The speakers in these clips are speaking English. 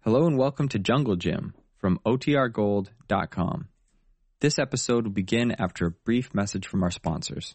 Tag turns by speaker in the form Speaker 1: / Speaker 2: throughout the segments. Speaker 1: Hello and welcome to Jungle Gym from OTRGold.com. This episode will begin after a brief message from our sponsors.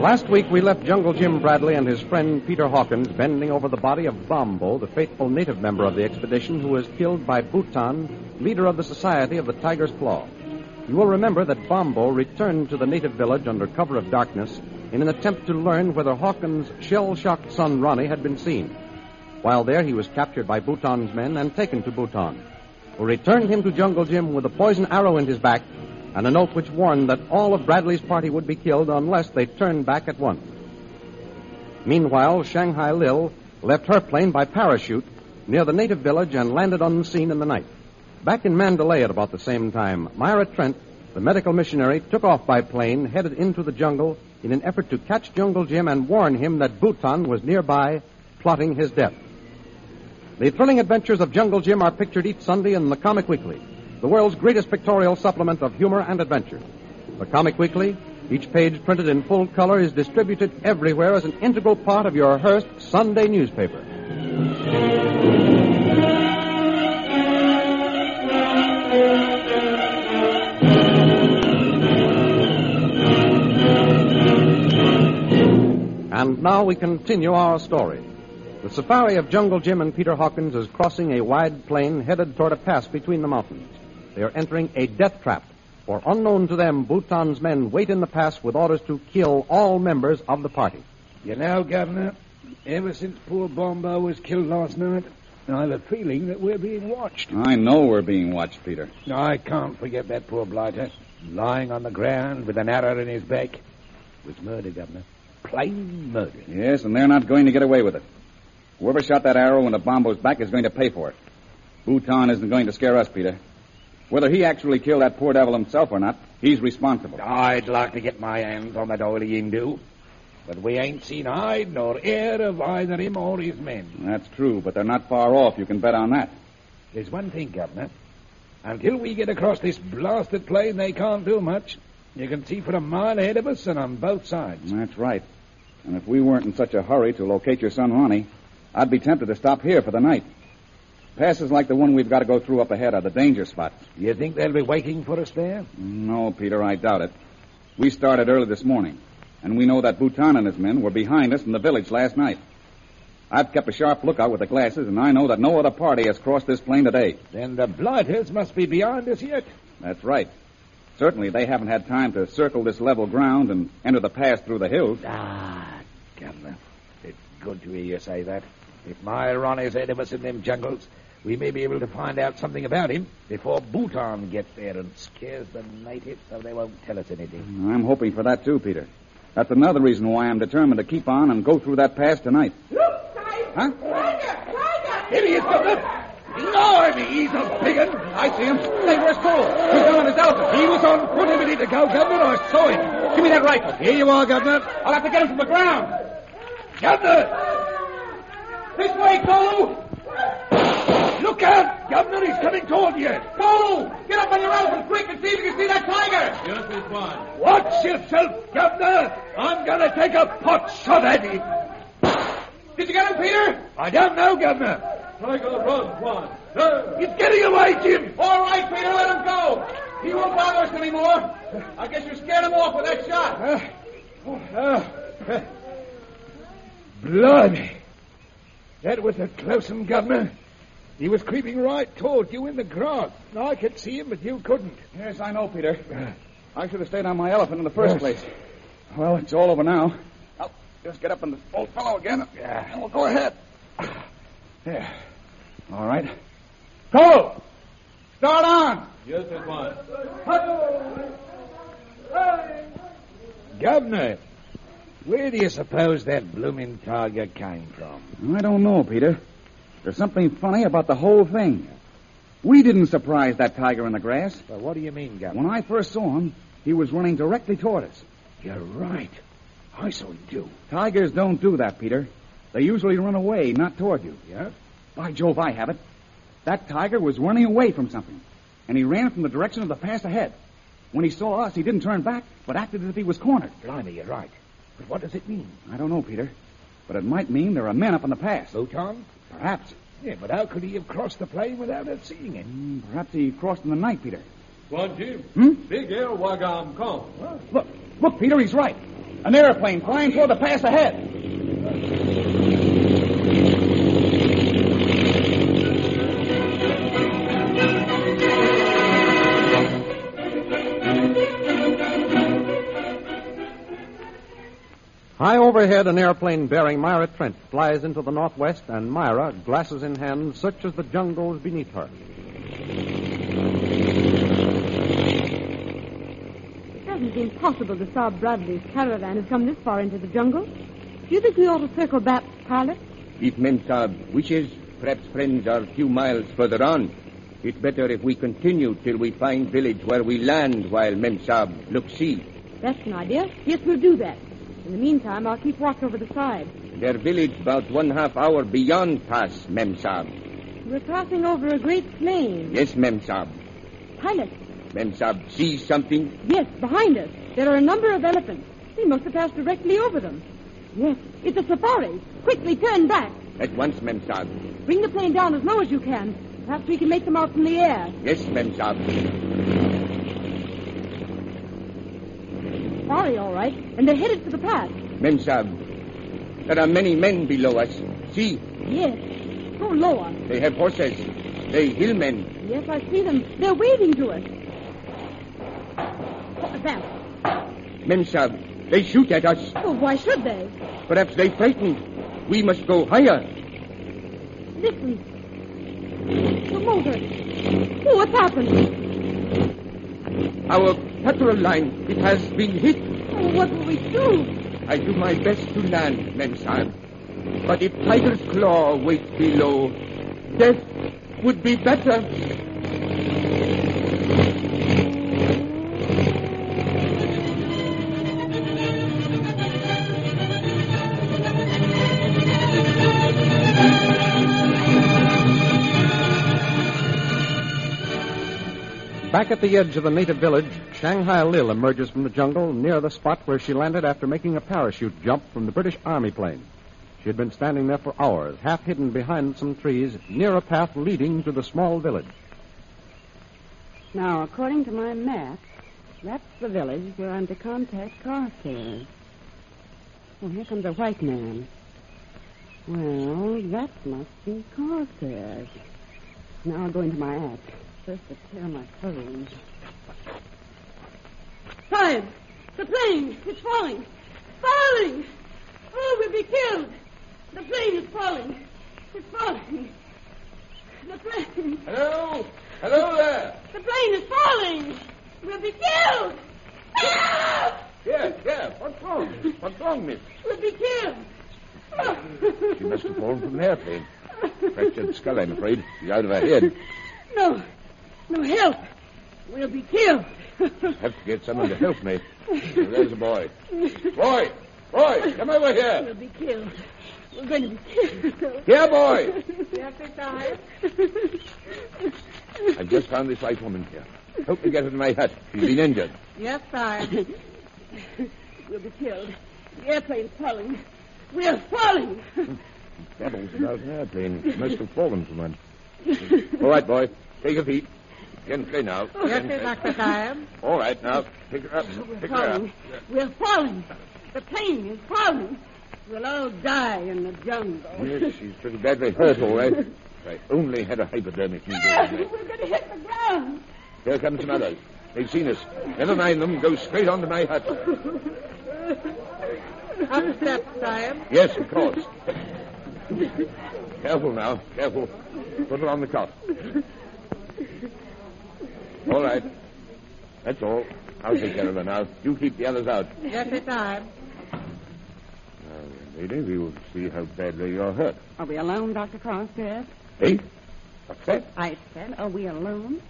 Speaker 2: Last week, we left Jungle Jim Bradley and his friend Peter Hawkins bending over the body of Bombo, the faithful native member of the expedition who was killed by Bhutan, leader of the Society of the Tiger's Claw. You will remember that Bombo returned to the native village under cover of darkness in an attempt to learn whether Hawkins' shell shocked son Ronnie had been seen. While there, he was captured by Bhutan's men and taken to Bhutan, who returned him to Jungle Jim with a poison arrow in his back and a note which warned that all of Bradley's party would be killed unless they turned back at once. Meanwhile, Shanghai Lil left her plane by parachute near the native village and landed unseen in the night. Back in Mandalay at about the same time, Myra Trent, the medical missionary, took off by plane, headed into the jungle in an effort to catch Jungle Jim and warn him that Bhutan was nearby, plotting his death. The thrilling adventures of Jungle Jim are pictured each Sunday in the Comic Weekly, the world's greatest pictorial supplement of humor and adventure. The Comic Weekly, each page printed in full color, is distributed everywhere as an integral part of your Hearst Sunday newspaper. And now we continue our story. The safari of Jungle Jim and Peter Hawkins is crossing a wide plain headed toward a pass between the mountains. They are entering a death trap, for unknown to them, Bhutan's men wait in the pass with orders to kill all members of the party.
Speaker 3: You know, Governor, ever since poor Bombo was killed last night, I've a feeling that we're being watched.
Speaker 4: I know we're being watched, Peter.
Speaker 3: I can't forget that poor blighter, lying on the ground with an arrow in his back. It was murder, Governor. Plain murder.
Speaker 4: Yes, and they're not going to get away with it. Whoever shot that arrow into Bombo's back is going to pay for it. Bhutan isn't going to scare us, Peter. Whether he actually killed that poor devil himself or not, he's responsible.
Speaker 3: I'd like to get my hands on that oily Hindu, but we ain't seen hide nor ear of either him or his men.
Speaker 4: That's true, but they're not far off. You can bet on that.
Speaker 3: There's one thing, Governor. Until we get across this blasted plain, they can't do much. You can see for a mile ahead of us and on both sides.
Speaker 4: That's right. And if we weren't in such a hurry to locate your son Ronnie, I'd be tempted to stop here for the night. Passes like the one we've got to go through up ahead are the danger spots.
Speaker 3: You think they'll be waiting for us there?
Speaker 4: No, Peter, I doubt it. We started early this morning, and we know that Bhutan and his men were behind us in the village last night. I've kept a sharp lookout with the glasses, and I know that no other party has crossed this plain today.
Speaker 3: Then the blighters must be beyond us yet.
Speaker 4: That's right. Certainly, they haven't had time to circle this level ground and enter the pass through the hills.
Speaker 3: Ah, Governor, it's good to hear you say that. If my Ronnie's ahead of us in them jungles, we may be able to find out something about him before Bhutan gets there and scares the natives so they won't tell us anything.
Speaker 4: I'm hoping for that, too, Peter. That's another reason why I'm determined to keep on and go through that pass tonight.
Speaker 5: Look, Tiger!
Speaker 4: Huh?
Speaker 5: Tiger! Tiger!
Speaker 3: Here he is, Governor! Lord, he's a big one. I see him. They were stolen. He's on his elephant. He was on foot a minute ago, Governor. I saw him. Give me that rifle. Here you are, Governor. I'll have to get him from the ground. Governor! This way, Golu! Look out! Governor, he's coming toward you. Golu! Get up on your elephant quick and see if you can see that tiger. Just as one. Watch yourself, Governor. I'm going to take a pot shot at him. Did you get him, Peter? I don't know, Governor. Tiger run, Juan. No. He's getting away, Jim. All right, Peter, let him go. He won't bother us anymore. I guess you scared him off with that shot. Ah, Blood. That was a close one, Governor. He was creeping right toward you in the grass. I could see him, but you couldn't.
Speaker 4: Yes, I know, Peter. Uh, I should have stayed on my elephant in the first
Speaker 3: Yes.
Speaker 4: place. Well, it's all over now. I'll Oh, just get up and old fellow again, and we'll go ahead. There. All right. Go! Start on!
Speaker 3: Yes, at once. Governor, where do you suppose that blooming tiger came from?
Speaker 4: I don't know, Peter. There's something funny about the whole thing. We didn't surprise that tiger in the grass.
Speaker 3: Well, what do you mean, Governor?
Speaker 4: When I first saw him, he was running directly toward us.
Speaker 3: You're right. I saw him too.
Speaker 4: Tigers don't do that, Peter. They usually run away, not toward you.
Speaker 3: Yeah?
Speaker 4: By Jove, I have it. That tiger was running away from something, and he ran from the direction of the pass ahead. When he saw us, he didn't turn back, but acted as if he was cornered.
Speaker 3: Blimey, you're right. But what does it mean?
Speaker 4: I don't know, Peter, but it might mean there are men up in the pass.
Speaker 3: Bhutan?
Speaker 4: Perhaps.
Speaker 3: Yeah, but how could he have crossed the plain without us seeing him?
Speaker 4: Hmm, Perhaps he crossed in the night, Peter.
Speaker 6: One Jim.
Speaker 4: Hmm?
Speaker 6: Big Air Wagam come.
Speaker 4: Look, look, Peter, he's right. An airplane flying toward the pass ahead.
Speaker 2: High overhead, an airplane bearing Myra Trent flies into the northwest, and Myra, glasses in hand, searches the jungles beneath her.
Speaker 7: It doesn't seem possible the Saab Bradley's caravan has come this far into the jungle. Do you think we ought to circle back, pilot?
Speaker 8: If Mentab wishes, perhaps friends are a few miles further on. It's better if we continue till we find village where we land while Memsab looks see.
Speaker 7: That's an idea. Yes, we'll do that. In the meantime, I'll keep watch over the side.
Speaker 8: Their village about one half hour beyond pass, Memsab.
Speaker 7: We're crossing over a great plain.
Speaker 8: Yes, Memsab.
Speaker 7: Pilot,
Speaker 8: Memsab sees something.
Speaker 7: yes, behind us, there are a number of elephants. We must have passed directly over them. Yes, it's a safari. Quickly turn back.
Speaker 8: At once, Memsab.
Speaker 7: Bring the plane down as low as you can. Perhaps we can make them out from the air.
Speaker 8: Yes, Memsab.
Speaker 7: Safari, all right. And they're headed for the pass.
Speaker 8: Memsab. There are many men below us. See,
Speaker 7: Yes. Oh, Go lower.
Speaker 8: they have horses. They hillmen.
Speaker 7: Yes, I see them. They're waving to us. What was that?
Speaker 8: Memsab. They shoot at us.
Speaker 7: Oh, why should they?
Speaker 8: Perhaps they frightened. We must go higher.
Speaker 7: Listen. The motor. Oh, what's happened?
Speaker 8: Our petrol line, it has been hit.
Speaker 7: Oh, what will we do?
Speaker 8: I do my best to land, Memsab. But if Tiger's Claw waits below, death would be better.
Speaker 2: Back at the edge of the native village, Shanghai Lil emerges from the jungle near the spot where she landed after making a parachute jump from the British Army plane. She had been standing there for hours, half hidden behind some trees, near a path leading to the small village.
Speaker 9: Now, according to my map, that's the village where I'm to contact Carstairs. Oh, here comes a white man. Well, that must be Carstairs. Now I'll go into my act. First, to tear my clothes.
Speaker 7: Time. The plane. It's falling. Falling. Oh, we'll be killed. The plane is falling. It's falling. The plane.
Speaker 6: Hello? Hello there.
Speaker 7: The plane is falling. We'll be killed. Help!
Speaker 6: Yeah, yeah. What's wrong? What's wrong, miss?
Speaker 7: We'll be killed.
Speaker 6: She must have fallen from an airplane. Fractured skull, I'm afraid. She's out of her head.
Speaker 7: No. No help. We'll be killed.
Speaker 6: Have to get someone to help me. There's a boy. Boy! Boy, come over here.
Speaker 7: we'll be killed. We're going to be killed.
Speaker 6: Here, boy.
Speaker 7: Yes, it's I.
Speaker 6: I've just found this white woman here. Help me get her to my hut. She's been injured.
Speaker 7: Yes, I. we'll be killed. The airplane's falling. We're falling.
Speaker 5: Devils about an airplane. It must have fallen from one.
Speaker 6: All right, boy. Take a feet. Can play now.
Speaker 7: Yes,
Speaker 6: Can-
Speaker 7: Dr. Diab.
Speaker 6: All right, now. Pick her up.
Speaker 7: We're
Speaker 6: Pick her up.
Speaker 7: falling. We're falling. The plane is falling. We'll all die in the jungle.
Speaker 6: Yes, she's pretty badly hurt, all right. If I only had a hypodermic
Speaker 7: Ah,
Speaker 6: needle.
Speaker 7: we're going to hit the ground.
Speaker 6: Here come some others. They've seen us. Never mind them. Go straight on to my hut.
Speaker 7: Up steps, Diab.
Speaker 6: Yes, of course. Careful now. Careful. Put her on the cot. All right. That's all. I'll take care of her now. You keep the others out.
Speaker 7: Yes, Diab.
Speaker 6: Now, young Uh, lady, we will see how badly you're hurt.
Speaker 9: Are we alone, Dr. Carstairs?
Speaker 6: Eh? What's that?
Speaker 9: I said, are we alone?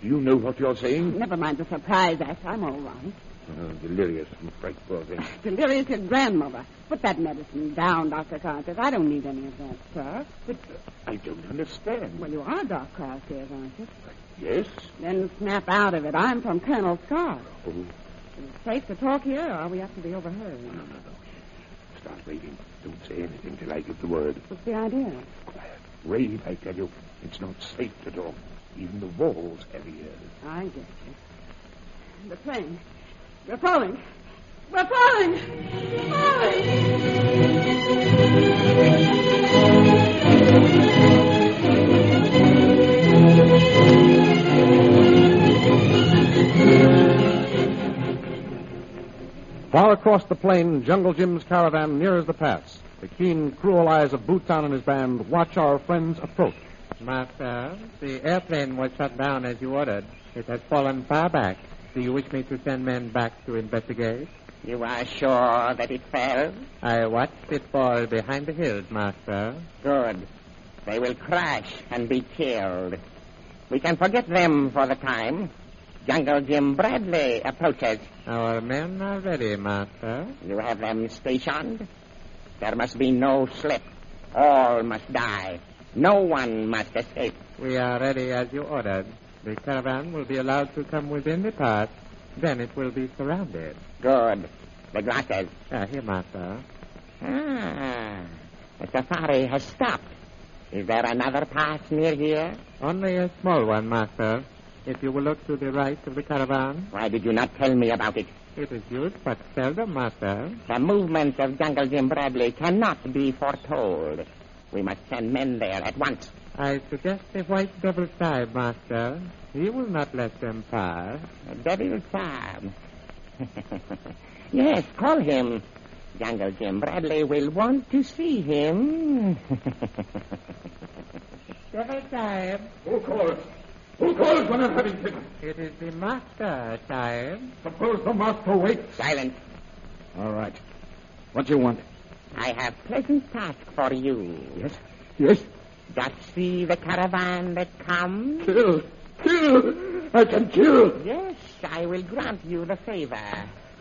Speaker 6: Do you know what you're saying?
Speaker 9: Never mind the surprise act. I'm all right.
Speaker 6: Oh, delirious. I'm Right, poor thing.
Speaker 9: Delirious your grandmother. Put that medicine down, Dr. Carstairs. I don't need any of that, sir.
Speaker 6: But I don't understand.
Speaker 9: Well, you are Doc Carstairs, aren't you?
Speaker 6: Yes?
Speaker 9: Then snap out of it. I'm from Colonel Scott.
Speaker 6: Oh,
Speaker 9: Is it safe to talk here, or are we up to be overheard?
Speaker 6: no, no, no. Start raving. Don't say anything till I give the word.
Speaker 9: What's the idea?
Speaker 6: Quiet. Rave, I tell you. It's not safe to talk. Even the walls have ears.
Speaker 9: I get you. The plane. We're falling. We're falling.
Speaker 2: Far across the plain, Jungle Jim's caravan nears the pass. The keen, cruel eyes of Bhutan and his band watch our friends approach.
Speaker 10: Master, uh, the airplane was shot down as you ordered. It has fallen far back. Do you wish me to send men back to investigate?
Speaker 11: You are sure that it fell?
Speaker 10: I watched it fall behind the hills, Master.
Speaker 11: Good. They will crash and be killed. We can forget them for the time. Jungle Jim Bradley approaches.
Speaker 10: Our men are ready, Master.
Speaker 11: You have them stationed. There must be no slip. All must die. No one must escape.
Speaker 10: We are ready as you ordered. The caravan will be allowed to come within the pass. Then it will be surrounded.
Speaker 11: Good. The glasses.
Speaker 10: Ah, here, Master. Hmm.
Speaker 11: Ah, the safari has stopped. Is there another pass near here?
Speaker 10: Only a small one, Master. If you will look to the right of the caravan,
Speaker 11: Why did you not tell me about it?
Speaker 10: it is used but seldom, Master.
Speaker 11: The movements of Jungle Jim Bradley cannot be foretold. We must send men there at once.
Speaker 10: I suggest the white devil's side, Master. He will not let them pass.
Speaker 11: The Devil's Farm. yes, call him. Jungle Jim Bradley will want to see him.
Speaker 10: Devil side.
Speaker 5: Who calls? Who calls when I'm having dinner?
Speaker 10: It is the master, side.
Speaker 5: Suppose the master wakes.
Speaker 11: Silence.
Speaker 2: All right. What do you want?
Speaker 11: I have pleasant task for you.
Speaker 2: Yes? Yes?
Speaker 11: Just see the caravan that comes.
Speaker 5: Kill. Kill. I can kill.
Speaker 11: Yes, I will grant you the favor.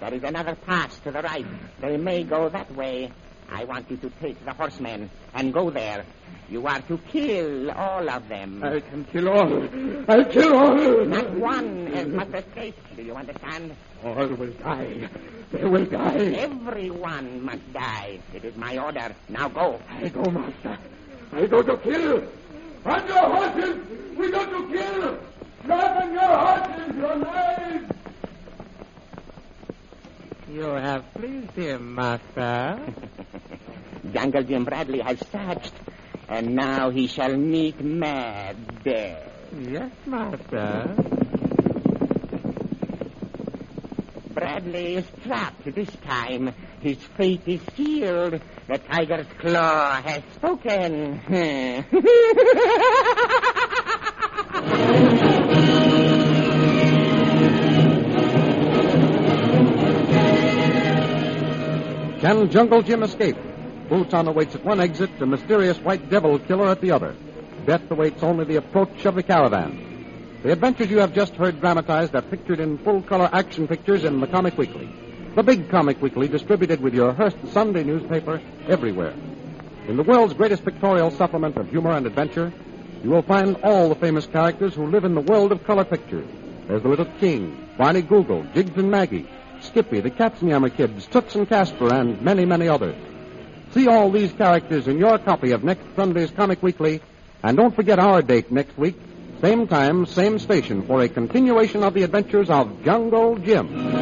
Speaker 11: There is another pass to the right. They may go that way. I want you to take the horsemen and go there. You are to kill all of them.
Speaker 5: I can kill all. I kill all.
Speaker 11: Not one is must escape. Do you understand?
Speaker 5: All will die. They will die.
Speaker 11: Everyone must die. It is my order. Now go.
Speaker 5: I go, master. I go to kill. On your horses. We go to kill. Drop on your horses. Your knives.
Speaker 10: You have pleased him, master.
Speaker 11: Jungle Jim Bradley has searched, and now he shall meet mad death.
Speaker 10: yes, master.
Speaker 11: Bradley is trapped this time. His fate is sealed. The tiger's claw has spoken.
Speaker 2: Can Jungle Jim escape? Bhutan awaits at one exit, the mysterious white devil killer at the other. Death awaits only the approach of the caravan. The adventures you have just heard dramatized are pictured in full color action pictures in the Comic Weekly. The big Comic Weekly distributed with your Hearst Sunday newspaper everywhere. In the world's greatest pictorial supplement of humor and adventure, you will find all the famous characters who live in the world of color pictures. There's the Little King, Barney Google, Jiggs and Maggie, Skippy, the Katzenjammer Kids, Toots and Casper, and many, many others. See all these characters in your copy of next Sunday's Comic Weekly, and don't forget our date next week, same time, same station, for a continuation of the adventures of Jungle Jim.